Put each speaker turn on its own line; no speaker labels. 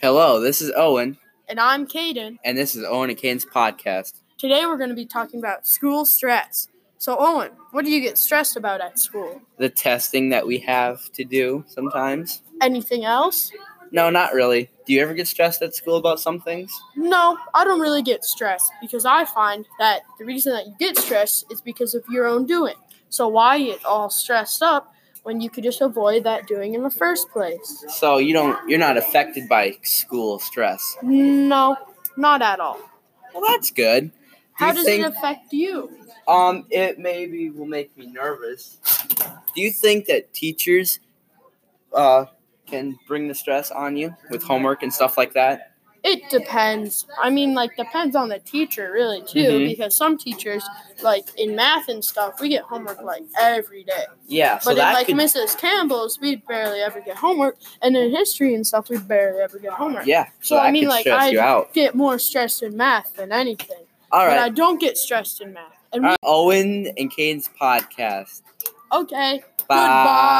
Hello, this is Owen,
And I'm Caden.
and this is Owen and Kane's podcast.
Today we're going to be talking about school stress. So, Owen, what do you get stressed about at school?
The testing that we have to do sometimes.
Anything else?
No, not really. Do you ever get stressed at school about some things?
No, I don't really get stressed because I find that the reason that you get stressed is because of your own doing. So, why get all stressed up when you could just avoid that doing in the first place?
So you don't you're not affected by school stress.
No, not at all.
Well, that's good.
How
you
does
think-
it affect you?
Um it maybe will make me nervous. Do you think that teachers uh can bring the stress on you with homework and stuff like that?
It depends. I mean, like, depends on the teacher, really, too,
Mhm.
because some teachers, like in math and stuff, we get homework like every day.
Yeah, so
but in
that
like
could
Mrs. Campbell's, we barely ever get homework, and in history and stuff, we barely ever get homework.
yeah, so,
so, I
that
mean,
could
like,
stress
I-
you out.
Get more stressed in math than anything.
All
But I
right.
don't get
Uh,
stressed in math. And
All right. Owen and Kane's podcast.
we, okay,
Bye.
goodbye.